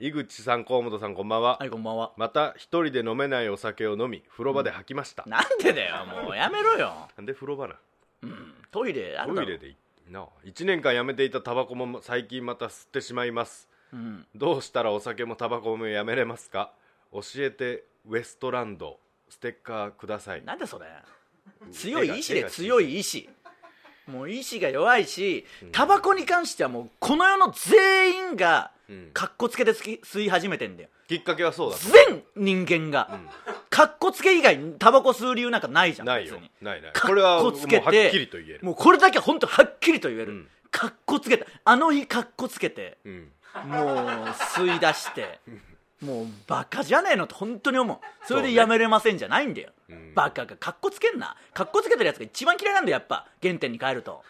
Speaker 3: 井口さん河本さんこんばんは、
Speaker 2: はいこんばんは
Speaker 3: また一人で飲めないお酒を飲み風呂場で吐きました、
Speaker 2: なんでだよもうやめろよ
Speaker 3: なんで風呂場な
Speaker 2: トイレあるだ
Speaker 3: ト
Speaker 2: ろ
Speaker 3: イレでいな1年間やめていたタバコも最近また吸ってしまいます
Speaker 2: うん、
Speaker 3: どうしたらお酒もタバコもやめれますか教えてウエストランドステッカーください
Speaker 2: なんでそれ強い意志
Speaker 3: 絵
Speaker 2: で
Speaker 3: が
Speaker 2: 強い意志もう意志が弱いしタバコに関してはもうこの世の全員が
Speaker 3: ん
Speaker 2: かっこつけてつき吸い始めてんだよ
Speaker 3: きっかけはそうだ
Speaker 2: 全人間が、かっこつけ以外にタバコ吸う理由なんかないじゃん
Speaker 3: ない
Speaker 2: 別
Speaker 3: よ
Speaker 2: に
Speaker 3: ないない
Speaker 2: か
Speaker 3: これは
Speaker 2: っ
Speaker 3: も
Speaker 2: こ
Speaker 3: うはっ
Speaker 2: つ
Speaker 3: き
Speaker 2: けて
Speaker 3: りと言える
Speaker 2: もうこれだけは本当はっきりと言える、
Speaker 3: うん
Speaker 2: かっこつけたあの日かっこつけて
Speaker 3: うん
Speaker 2: もう吸い出してもうバカじゃねえのって本当に思うそれ
Speaker 3: そう
Speaker 2: で
Speaker 3: ね
Speaker 2: やめれませんじゃないんだよ、
Speaker 3: ん
Speaker 2: バカがかっこつけんなかっこつけてるやつが一番嫌いなんだよやっぱ原点に帰ると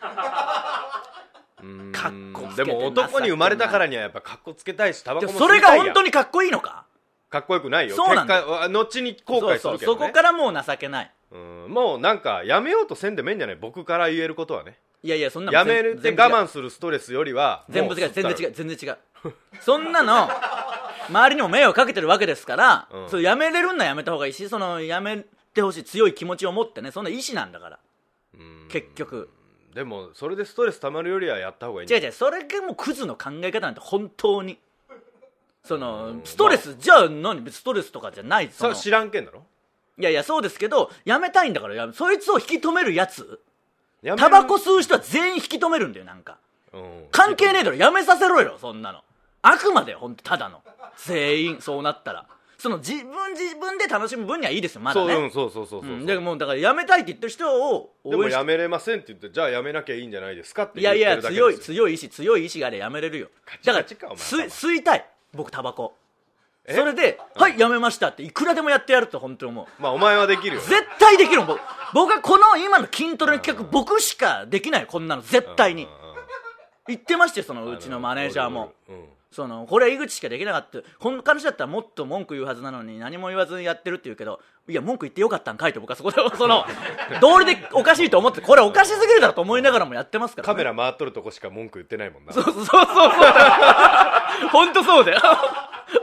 Speaker 2: かっこつけて
Speaker 3: でも男に生まれたからにはやっぱかっこつけたいしタバ
Speaker 2: で
Speaker 3: コ
Speaker 2: も
Speaker 3: も吸い
Speaker 2: そ
Speaker 3: た
Speaker 2: れ
Speaker 3: いや
Speaker 2: が
Speaker 3: ん
Speaker 2: 本当にかっこいいのか
Speaker 3: かっこよくないよ
Speaker 2: そうなんだよ
Speaker 3: 結果は後に後悔す
Speaker 2: そうそ
Speaker 3: るけ
Speaker 2: う
Speaker 3: ど、
Speaker 2: そ
Speaker 3: ね、
Speaker 2: こからもう情けない
Speaker 3: うんもうなんかやめようとせんでもいいんじゃない僕から言えることはね
Speaker 2: いやいやそんなの
Speaker 3: やめるって
Speaker 2: 全部違う
Speaker 3: 我慢するストレスよりは
Speaker 2: 全部違う全然違
Speaker 3: う
Speaker 2: う全然違うそんなの周りにも迷惑かけてるわけですから、
Speaker 3: うん
Speaker 2: それやめれるんならやめた方がいいしそのやめてほしい強い気持ちを持ってねそんな意志なんだから結局
Speaker 3: でもそれでストレス溜まるよりはやった方がいいん
Speaker 2: 違
Speaker 3: じ
Speaker 2: う
Speaker 3: ゃない
Speaker 2: 違うそれがもうクズの考え方なんて本当にその
Speaker 3: うん
Speaker 2: ストレス、じゃあ何別にストレスとかじゃないそ
Speaker 3: そ
Speaker 2: の
Speaker 3: れ知らんけんだろ
Speaker 2: いやいやそうですけどやめたいんだからやめそいつを引き止めるやつ
Speaker 3: やめる
Speaker 2: タバコ吸う人は全員引き止めるんだよなんか
Speaker 3: うん
Speaker 2: 関係ねえだろやめさせろよそんなの悪魔だよ本当ただの全員そうなったらその自分自分で楽しむ分にはいいですよまだ
Speaker 3: そう
Speaker 2: ね
Speaker 3: うんそうそうそうそうう、
Speaker 2: ん、でもうだからやめたいって言ってる人を
Speaker 3: で
Speaker 2: 応
Speaker 3: も
Speaker 2: 援し
Speaker 3: やめれませんって言ってじゃあやめなきゃいいんじゃないですかって
Speaker 2: い
Speaker 3: 言っ
Speaker 2: や
Speaker 3: て
Speaker 2: い
Speaker 3: るだ
Speaker 2: や
Speaker 3: けです
Speaker 2: 強い強い意志強い意志があれやめれるよ
Speaker 3: チ
Speaker 2: だか
Speaker 3: カ
Speaker 2: ら
Speaker 3: チか
Speaker 2: す
Speaker 3: お前
Speaker 2: 吸いたい僕タバコ
Speaker 3: え
Speaker 2: それで、はいやめましたっていくらでもやってやると本当に思う
Speaker 3: まあお前はできるよ
Speaker 2: 絶対できるもん僕僕はこの今の筋トレの企画僕しかできないこんなの絶対に
Speaker 3: うんうん
Speaker 2: 言ってましたよその
Speaker 3: うん
Speaker 2: うちのマネージャーも
Speaker 3: うん
Speaker 2: そのこれは井口しかできなかったこの彼女だったらもっと文句言うはずなのに何も言わずやってるって言うけどいや文句言ってよかったんかいと僕はそこでそ の道理でおかしいと思ってこれおかしすぎるだろと思いながらもやってますから、
Speaker 3: カメラ回っとるとこしか文句言ってないもんな
Speaker 2: そうそうそうそう本当そうだよ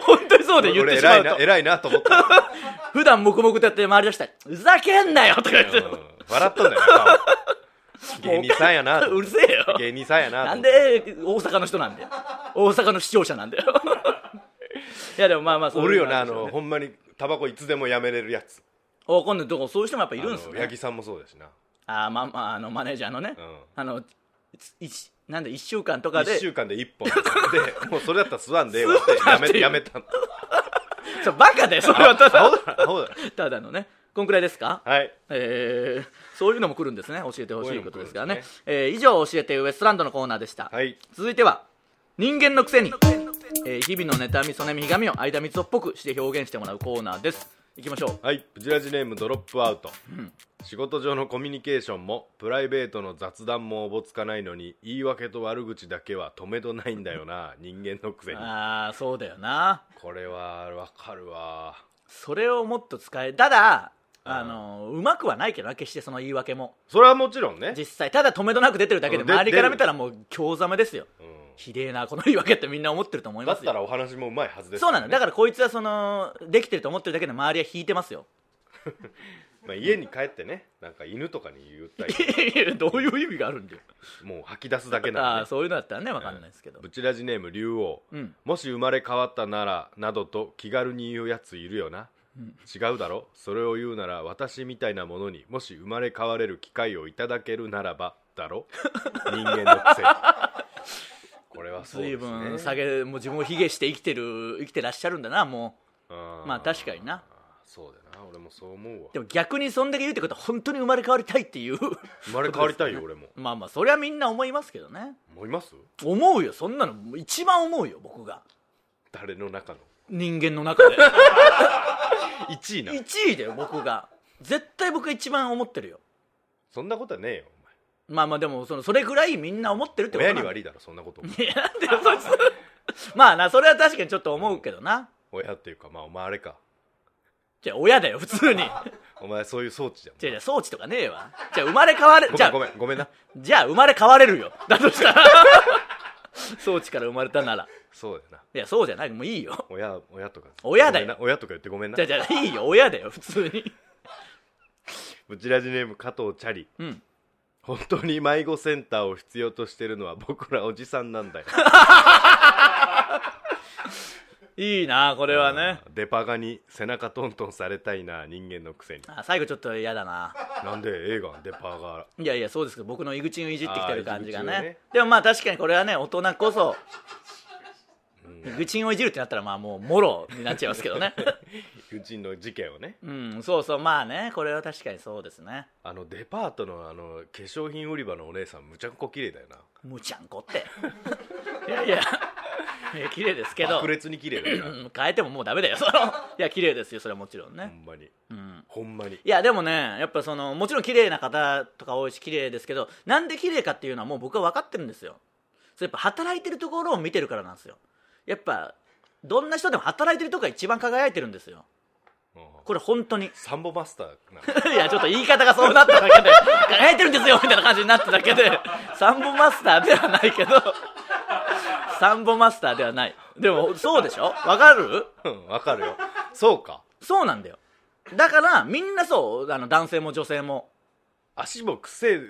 Speaker 2: 本当にそうで言って
Speaker 3: 俺
Speaker 2: しま
Speaker 3: 偉
Speaker 2: う
Speaker 3: い
Speaker 2: と
Speaker 3: な偉いなと思ったよ、
Speaker 2: 普段黙々とやって周り出したらふざけんなよとか言って
Speaker 3: うん笑ったんだよな芸人さんやなと
Speaker 2: う
Speaker 3: 思っ
Speaker 2: る
Speaker 3: て
Speaker 2: せえよ
Speaker 3: 芸人さんやなと
Speaker 2: な
Speaker 3: 思
Speaker 2: ん
Speaker 3: って
Speaker 2: で大阪の人なんだよ大阪の視聴者なんだよいやでもまあまあそうい
Speaker 3: お
Speaker 2: う
Speaker 3: るよな
Speaker 2: な
Speaker 3: あ
Speaker 2: んでしょう
Speaker 3: の
Speaker 2: ね
Speaker 3: ほんまにタバコいつでもやめれるやつ
Speaker 2: わかんないとこそういう人もやっぱいるんです
Speaker 3: あの八
Speaker 2: ね
Speaker 3: 木さんもそうだしな
Speaker 2: あーまあまああのマネージャーのね、
Speaker 3: うん
Speaker 2: あのい一なんだ1週間とか
Speaker 3: 1
Speaker 2: で
Speaker 3: 週間で1本でもうそれだったら吸わんでえ えわってやめやめたの
Speaker 2: そうバカだよそれはただ
Speaker 3: 青だ青だ
Speaker 2: ただのねこんくらいですか
Speaker 3: はい
Speaker 2: えーそういうのも来るんですね教えてほしいことですからね
Speaker 3: こういうのも来るんです
Speaker 2: えー以上教えてウエストランドのコーナーでした、
Speaker 3: はい
Speaker 2: 続いては人間のくせに、えー日々の妬みそねみひがみを間みつをっぽくして表現してもらうコーナーですいきましょう
Speaker 3: はいプチラジネームドロップアウト、仕事上のコミュニケーションもプライベートの雑談もおぼつかないのに言い訳と悪口だけは止めどないんだよな人間のくせに
Speaker 2: ああそうだよな
Speaker 3: これはわかるわ
Speaker 2: それをもっと使えただあのうまくはないけどな決してその言い訳も
Speaker 3: それはもちろんね、
Speaker 2: 実際ただ止めどなく出てるだけで
Speaker 3: うんで
Speaker 2: 周りから見たらもう興ざめですよ
Speaker 3: う
Speaker 2: ひでえなこの言い訳ってみんな思ってると思い
Speaker 3: ん、だ
Speaker 2: ま
Speaker 3: っ
Speaker 2: す
Speaker 3: た
Speaker 2: よ
Speaker 3: らお話もうまいはずです
Speaker 2: そうな
Speaker 3: の
Speaker 2: のだからこいつはそのできてると思ってるだけで周りは引いてますよ
Speaker 3: まあ、家に帰ってねなんか犬とかに言ったり
Speaker 2: いやどういう意味があるんだよ
Speaker 3: もう吐き出すだけ
Speaker 2: あ
Speaker 3: な
Speaker 2: あ
Speaker 3: んでね
Speaker 2: そういうのだったらね分かんないですけど、
Speaker 3: ブチラジネーム竜王、
Speaker 2: うん
Speaker 3: もし生まれ変わったならなどと気軽に言うやついるよな、違うだろそれを言うなら私みたいなものにもし生まれ変われる機会をいただけるならば だろ人間のくせにこれはそう
Speaker 2: 随
Speaker 3: ですね
Speaker 2: 分下げもう自分を卑下して生きてる生きてらっしゃるんだなもうま
Speaker 3: ま
Speaker 2: あ確かにな
Speaker 3: そうだよな俺もそう思うわ
Speaker 2: でも逆にそんだけ言うってことは本当に生まれ変わりたいっていう
Speaker 3: 生まれ変わりたいよ俺も
Speaker 2: まあまあそれはみんな思いますけどね
Speaker 3: 思います
Speaker 2: 思うよそんなの一番思うよ僕が
Speaker 3: 誰の中の
Speaker 2: 人間の中 で
Speaker 3: 1位な
Speaker 2: 1位だよ僕が絶対僕が一番思ってるよ
Speaker 3: そんなことはねえよ
Speaker 2: まあまあでもそのそれぐらいみんな思ってるって
Speaker 3: お
Speaker 2: こ
Speaker 3: 前
Speaker 2: となん
Speaker 3: 親に
Speaker 2: だ
Speaker 3: 悪いだろそんなこと
Speaker 2: いやなんでよそいつまあなそれは確かにちょっと思うけどな
Speaker 3: 親っていうかまあお前あれか
Speaker 2: じゃあ親だよ普通に
Speaker 3: お前そういう装置じゃん
Speaker 2: じゃあじゃあ装置とかねえわじゃあ生まれ変われ
Speaker 3: ご
Speaker 2: じ
Speaker 3: め
Speaker 2: ゃ
Speaker 3: んごめ
Speaker 2: あ
Speaker 3: んごめんな
Speaker 2: じゃあ生まれ変われるよだとしたら 装置から生まれたなら
Speaker 3: そうだよない
Speaker 2: やそうじゃないもういいよ
Speaker 3: 親親とか
Speaker 2: 親だよ
Speaker 3: ごめんな親とか言ってごめんな
Speaker 2: じゃあじゃあいいよ親だよ普通に
Speaker 3: ブチラジネーム加藤チャリ
Speaker 2: うん
Speaker 3: 本当に迷子センターを必要としてるのは僕らおじさんなん だよ
Speaker 2: いいなこれはね
Speaker 3: デパガに背中トントンされたいな人間のく せに
Speaker 2: あ最後ちょっと嫌だな
Speaker 3: なんで映画デパガ
Speaker 2: いやいやそうですけど僕の井口をいじってきてる感じがね
Speaker 3: あー井口をね
Speaker 2: でもまあ確かにこれはね大人こそ井口をいじるってなったらまあもうもろになっちゃいますけどね
Speaker 3: 夫人の事件をね
Speaker 2: うんそうそうまあねこれは確かにそうですね
Speaker 3: あのデパートのあの化粧品売り場のお姉さんむちゃくちゃ綺麗だよな
Speaker 2: むちゃんこって いやいやいや綺麗ですけど
Speaker 3: 爆裂に綺麗だよ
Speaker 2: う
Speaker 3: な、
Speaker 2: ん変えてももうダメだよ そのいや綺麗ですよそれはもちろん
Speaker 3: ほ
Speaker 2: ね
Speaker 3: んまに
Speaker 2: うん
Speaker 3: ほんまに
Speaker 2: いやでもねやっぱそのもちろん綺麗な方とか多いし綺麗ですけどなんで綺麗かっていうのはもう僕は分かってるんですよそれやっぱ働いてるところを見てるからなんですよやっぱどんな人でも働いてるとこが一番輝いてるんですよ
Speaker 3: うん
Speaker 2: これ本当に
Speaker 3: サンボマスター な
Speaker 2: いやちょっと言い方がそうなっただけで輝いてるんですよみたいな感じになっただけでサンボマスターではないけどサンボマスターではないでもそうでしょ分かる
Speaker 3: うんわかるよそうか
Speaker 2: そうなんだよだからみんなそうあの男性も女性も
Speaker 3: 足もくせえ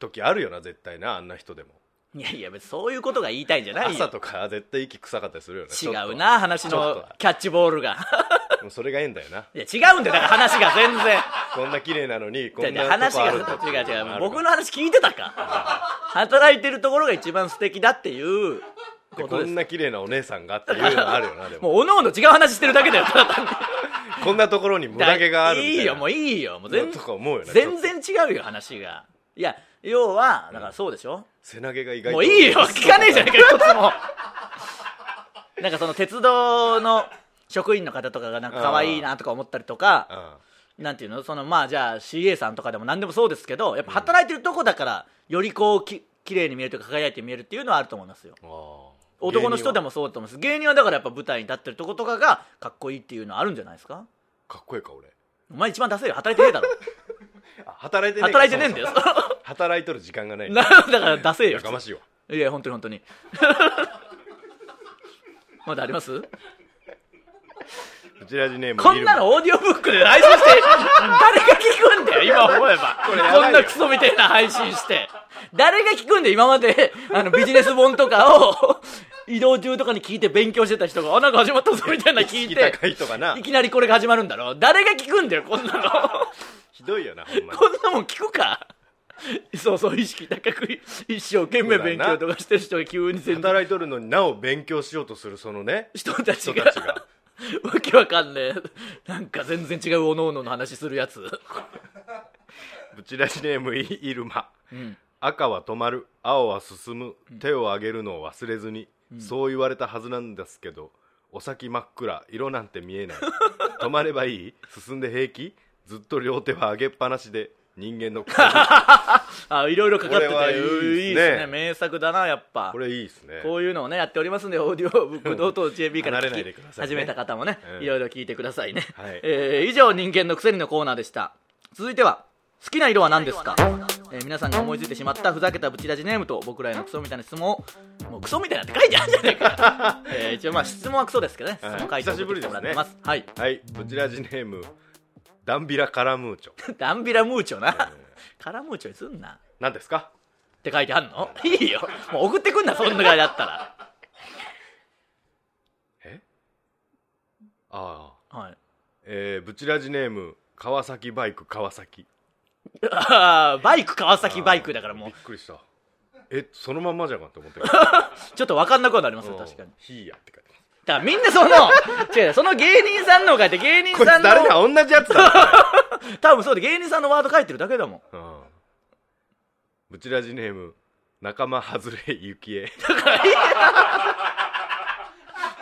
Speaker 3: 時あるよな絶対なあんな人でも
Speaker 2: いやいや別にそういうことが言いたいんじゃない
Speaker 3: 朝
Speaker 2: よ
Speaker 3: とか絶対息臭かったりするよね
Speaker 2: 違
Speaker 3: ちょっ
Speaker 2: う
Speaker 3: と
Speaker 2: な話
Speaker 3: ちょっと
Speaker 2: の
Speaker 3: は
Speaker 2: キャッチボールが
Speaker 3: もうそれがええんだよない
Speaker 2: や違うんだよだから話が全然
Speaker 3: こんな綺麗な のに こ
Speaker 2: じゃあ
Speaker 3: ん
Speaker 2: じゃあ
Speaker 3: な
Speaker 2: 話
Speaker 3: とこ
Speaker 2: が
Speaker 3: あるんだって
Speaker 2: 違う違う
Speaker 3: ある
Speaker 2: 僕の話聞いてたか働いてるところが一番素敵だっていう
Speaker 3: で
Speaker 2: こと
Speaker 3: こ
Speaker 2: です
Speaker 3: んな綺麗なお姉さんがっていうのあるよなで も
Speaker 2: もうおのおの違う話してるだけだよただ 単に
Speaker 3: こんなところにムダ毛があるみたいない
Speaker 2: いよもういいよもう全
Speaker 3: とか思うよね
Speaker 2: 全然違うよ話がいや要はだからそうでしょ、
Speaker 3: 背投げが意外と
Speaker 2: もういいよ聞かねえじゃねえか一つもなんかその鉄道の職員の方とかがなんか可愛いなとか思ったりとか
Speaker 3: うん
Speaker 2: なんていうのそのまあじゃあ CA さんとかでも何でもそうですけどやっぱ働いてるとこだからよりこうき綺麗に見えるというか輝いて見えるっていうのはあると思いますよ男の人で
Speaker 3: も
Speaker 2: もそうだと思います芸人はだからやっぱ舞台に立ってるとことかがかっこいいっていうのはあるんじゃないですか
Speaker 3: かっこいいか俺
Speaker 2: お前一番ダセいよ働いてねえだ ろ
Speaker 3: あ働いてねえ
Speaker 2: 働いてねえんだ
Speaker 3: よ
Speaker 2: よ
Speaker 3: 働いとる時間がな い
Speaker 2: なだからダセえよ
Speaker 3: やかましいわ
Speaker 2: いや本当に本当に まだあります
Speaker 3: うちらじネーム
Speaker 2: こんなのオーディオブックで配信して誰が聞くんだよ今思えば
Speaker 3: れやばいよ
Speaker 2: こんなクソみたいな配信して誰が聞くんだよ今まであのビジネス本とかを移動中とかに聞いて勉強してた人があなんか始まったぞみたいなの聞い
Speaker 3: 聞い
Speaker 2: て
Speaker 3: 高いとかない
Speaker 2: きなりこれが始まるんだろ誰が聞くんだよこんなの
Speaker 3: ひどいよなほんまに
Speaker 2: こんなもん聞くかそうそう意識高く一生懸命勉強とかしてる人が急に全然
Speaker 3: 働いとるのになお勉強しようとするそのね
Speaker 2: 人たち
Speaker 3: 人
Speaker 2: が
Speaker 3: たちが
Speaker 2: わけわかんねえなんか全然違うおのおのの話するやつ
Speaker 3: ブチラジネームイイルマ、赤は止まる青は進む手を上げるのを忘れずに、そう言われたはずなんですけどお先真っ暗色なんて見えない止まればいい進んで平気ずっと両手は上げっぱなしで人間の
Speaker 2: あいろいろかかってて
Speaker 3: これはいいっすね
Speaker 2: いいですね名作だなやっぱ
Speaker 3: これいいですね
Speaker 2: こういうのをねやっておりますんでオーディオブック同等 JB から
Speaker 3: 離れない
Speaker 2: 聞
Speaker 3: で
Speaker 2: き
Speaker 3: くださいね
Speaker 2: 始めた方もね
Speaker 3: うん
Speaker 2: いろいろ聞いてくださいね、
Speaker 3: はい
Speaker 2: えー以上人間のくせにのコーナーでした続いては好きな色は何ですか、えー皆さんが思いついてしまったふざけたブチラジネームと僕らへのクソみたいな質問をもうクソみたいなって書いてあるんじゃない か、えー一応まあ質問はクソですけどね質問書いて送ってきてもらってますはい
Speaker 3: はいブチラジネームダンビラカラムーチョ
Speaker 2: ダンビラムーチョな。カラムーチョにすんな。
Speaker 3: 何です か
Speaker 2: って書いてあんのいいよ。もう送ってくんな、そんなぐらいだったら。
Speaker 3: えああ
Speaker 2: はい。
Speaker 3: えー、ブチラジネーム川崎バイク川崎
Speaker 2: あーバイク、川崎バイクだからもう
Speaker 3: びっ、くりしたえそのまんまじゃんかって思ってる
Speaker 2: ちょっとわかんなくはなりますよ、確かに。
Speaker 3: ヒーヤって書いてます
Speaker 2: だからみんなその、 違う、その芸人さんのを書いて、芸人
Speaker 3: こい
Speaker 2: さ
Speaker 3: つ
Speaker 2: ん
Speaker 3: 誰
Speaker 2: の、
Speaker 3: だ同じやつだ、
Speaker 2: 多分そうで、芸人さんのワード書いてるだけだもん。
Speaker 3: うん、ブチラジネーム仲間外れゆきえ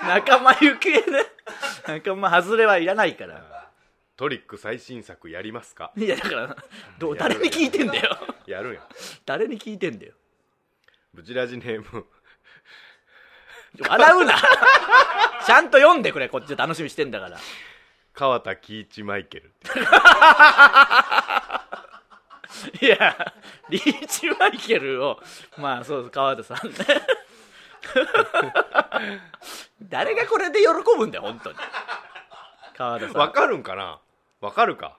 Speaker 2: 仲間由紀恵ね。仲間外れはいらないから。
Speaker 3: トリック最新作やりますか
Speaker 2: いや、だから、どう、誰に聞いてんだよ。
Speaker 3: やるんや
Speaker 2: 誰に聞いてんだよ。
Speaker 3: ブチラジネーム
Speaker 2: 笑う なちゃんと読んでくれ、こっち楽しみしてんだから。
Speaker 3: 川田喜一マイケル
Speaker 2: いや、リーチマイケルを、まあそうです、川田さ んね。誰がこれで喜ぶんだよ、本当に。川田
Speaker 3: わ
Speaker 2: さ
Speaker 3: かるんかなわかるか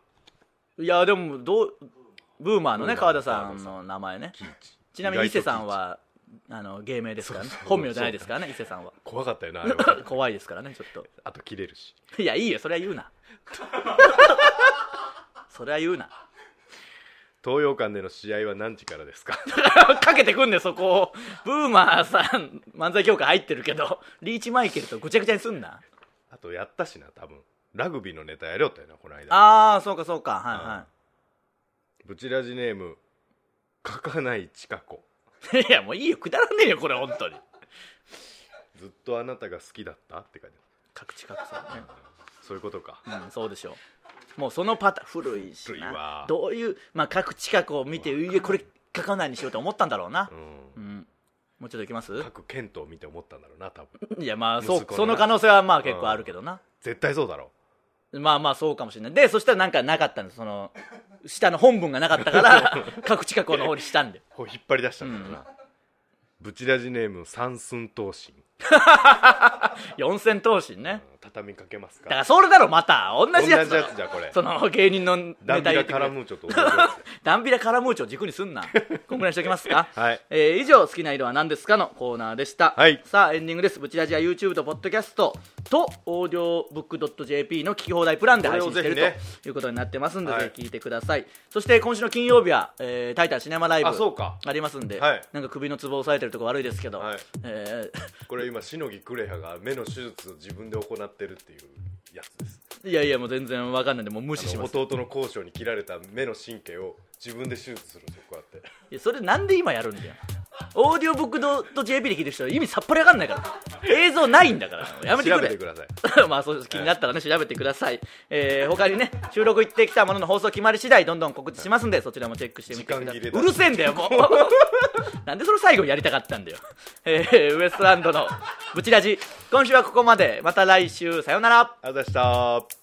Speaker 2: ん。いや、でも、どう、ブーマーのね、
Speaker 3: ブーマ
Speaker 2: 川
Speaker 3: ー
Speaker 2: 田さんの名前ね。ちなみ
Speaker 3: 意
Speaker 2: に伊
Speaker 3: 外と
Speaker 2: 勢さんは、あの、芸名ですからね
Speaker 3: そう。そう
Speaker 2: 本名じゃないですからね、伊勢さんは。
Speaker 3: 怖かったよなあれ は
Speaker 2: 怖いですからね、ちょっと。
Speaker 3: あと切れるし
Speaker 2: いや、いいよ、それは言 うな。それは言うな。
Speaker 3: 東洋館での試合は何時からですか
Speaker 2: かけてくんねそこをブーマーさん漫才協会入ってるけどリーチマイケルとぐちゃぐちゃにすんな
Speaker 3: あとやったしな多分ラグビーのネタやりよったよなこの間
Speaker 2: ああそうかそうかは
Speaker 3: ブチラジネーム書かないちかこ
Speaker 2: いはいいやもういいよくだらねえよこれ本当に
Speaker 3: ずっとあなたが好きだったって書いてあ
Speaker 2: 各地各さね
Speaker 3: るそういうことか、
Speaker 2: うんそうでしょうもうそのパターン古いし
Speaker 3: 古いわ
Speaker 2: などういうまあ各地各を見ていやこれ書かないにしようと思ったんだろうな
Speaker 3: う、、
Speaker 2: うんん、もうちょっといきます
Speaker 3: 各剣闘を見て思ったんだろうな多分
Speaker 2: いやまあそ
Speaker 3: 息
Speaker 2: う
Speaker 3: 子の
Speaker 2: そ
Speaker 3: な
Speaker 2: の可能性はまあ結構あるけどな
Speaker 3: 絶対そうだろ
Speaker 2: まあまあそうかもしれないでそしたらなんかなかったんですその下の本文がなかったから 各地各の方にしたんで
Speaker 3: こう引っ張り出したんだろうな、ブチラジネーム三寸闘神
Speaker 2: 四千頭身ね
Speaker 3: 畳みかけます
Speaker 2: だか
Speaker 3: から
Speaker 2: それだろまた同
Speaker 3: 同
Speaker 2: じ
Speaker 3: じ
Speaker 2: や
Speaker 3: や
Speaker 2: つ
Speaker 3: つ
Speaker 2: だろ
Speaker 3: じゃんこれ
Speaker 2: その芸人のネ
Speaker 3: ダンビ
Speaker 2: タ言
Speaker 3: ラ
Speaker 2: って
Speaker 3: カ
Speaker 2: く
Speaker 3: ラ
Speaker 2: れ
Speaker 3: ムーチョと同じや つ
Speaker 2: ダンビラカラムーチョ軸にすん なこんぐらいにしときますか、
Speaker 3: はい
Speaker 2: えー以上「好きな色は何ですか?」のコーナーでした、
Speaker 3: はい
Speaker 2: さあエンディングですブチラジは YouTube とポッドキャストとオーディオブックドット JP の聞き放題プランで配信してる
Speaker 3: これをぜひね
Speaker 2: ということになってますんで、
Speaker 3: はい
Speaker 2: ぜひ聞いてくださいそして今週の金曜日は「えータイタンシネマライブ」
Speaker 3: あそうか
Speaker 2: ありますんで、
Speaker 3: はい
Speaker 2: なんか首のツボ押さえてるとこ悪いですけど、
Speaker 3: はい
Speaker 2: えー
Speaker 3: これ今しのぎクレハが目の手術を自分で行ってるっていうやつです
Speaker 2: いやいやもう全然わかんないんでもう無 視し
Speaker 3: あの
Speaker 2: ます
Speaker 3: 弟の交渉に切られた目の神経を自分で手術するんですよこうやって
Speaker 2: いやそれなんで今やるんだよオーディオブックドット JP で聞いてる人は意味さっぱりわかんないから映像ないんだからやめてく
Speaker 3: 調
Speaker 2: れ
Speaker 3: べてくださ い
Speaker 2: まあそうです気になったらね調べてください、えー、他にね収録行ってきたものの放送決まり次第どんどん告知しますんでそちらもチェックしてみてください
Speaker 3: 時間切れだ
Speaker 2: うるせえんだよもう なんでそれ最後やりたかったんだよ、えー、ウエストランドのブチラジ今週はここまでまた来週さようなら
Speaker 3: ありがとうございました